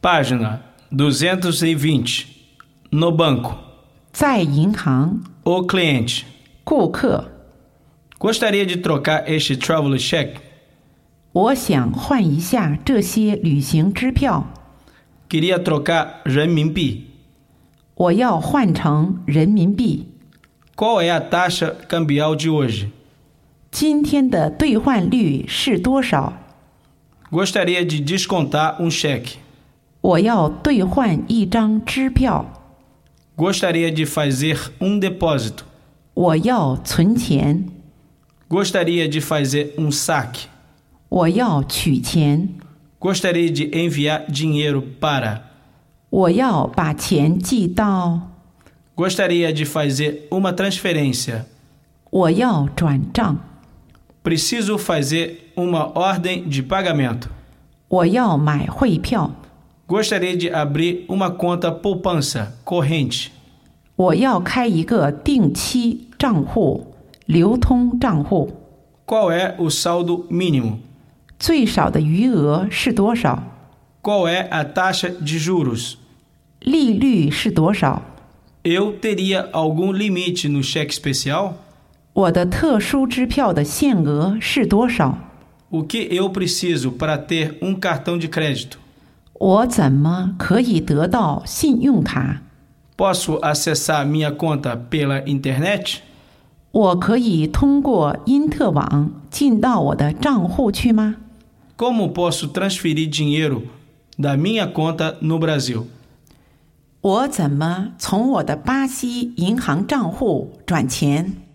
Página 220. No banco. 在银行， O cliente. 顾客， Gostaria de trocar este travel check? 我想换一下这些旅行支票， Queria trocar renminbi. 我要换成人民币。 Qual é a taxa cambial de hoje? 今天的兑换率是多少？ Gostaria de descontar um cheque. 我要兑换一张支票， Gostaria de fazer um depósito. 我要存钱， Gostaria de fazer um saque. 我要取钱， Gostaria de enviar dinheiro para. 我要把钱寄到， Gostaria de fazer uma transferência. 我要转账， Preciso fazer uma ordem de pagamento. 我要买汇票， Gostaria de abrir uma conta poupança corrente. 我要开一个定期账户、流通账户， Qual é o saldo mínimo? 最少的余额是多少？ Qual é a taxa de juros? 利率是多少？ Eu teria algum limite no cheque especial? 我的特殊支票的限额是多少？ O que eu preciso para ter um cartão de crédito? 我怎么可以得到信用卡？ Posso acessar minha conta pela internet? 我可以通过因特网进到我的账户去吗？ Como posso transferir dinheiro da minha conta no Brasil? 我怎么从我的巴西银行账户转钱？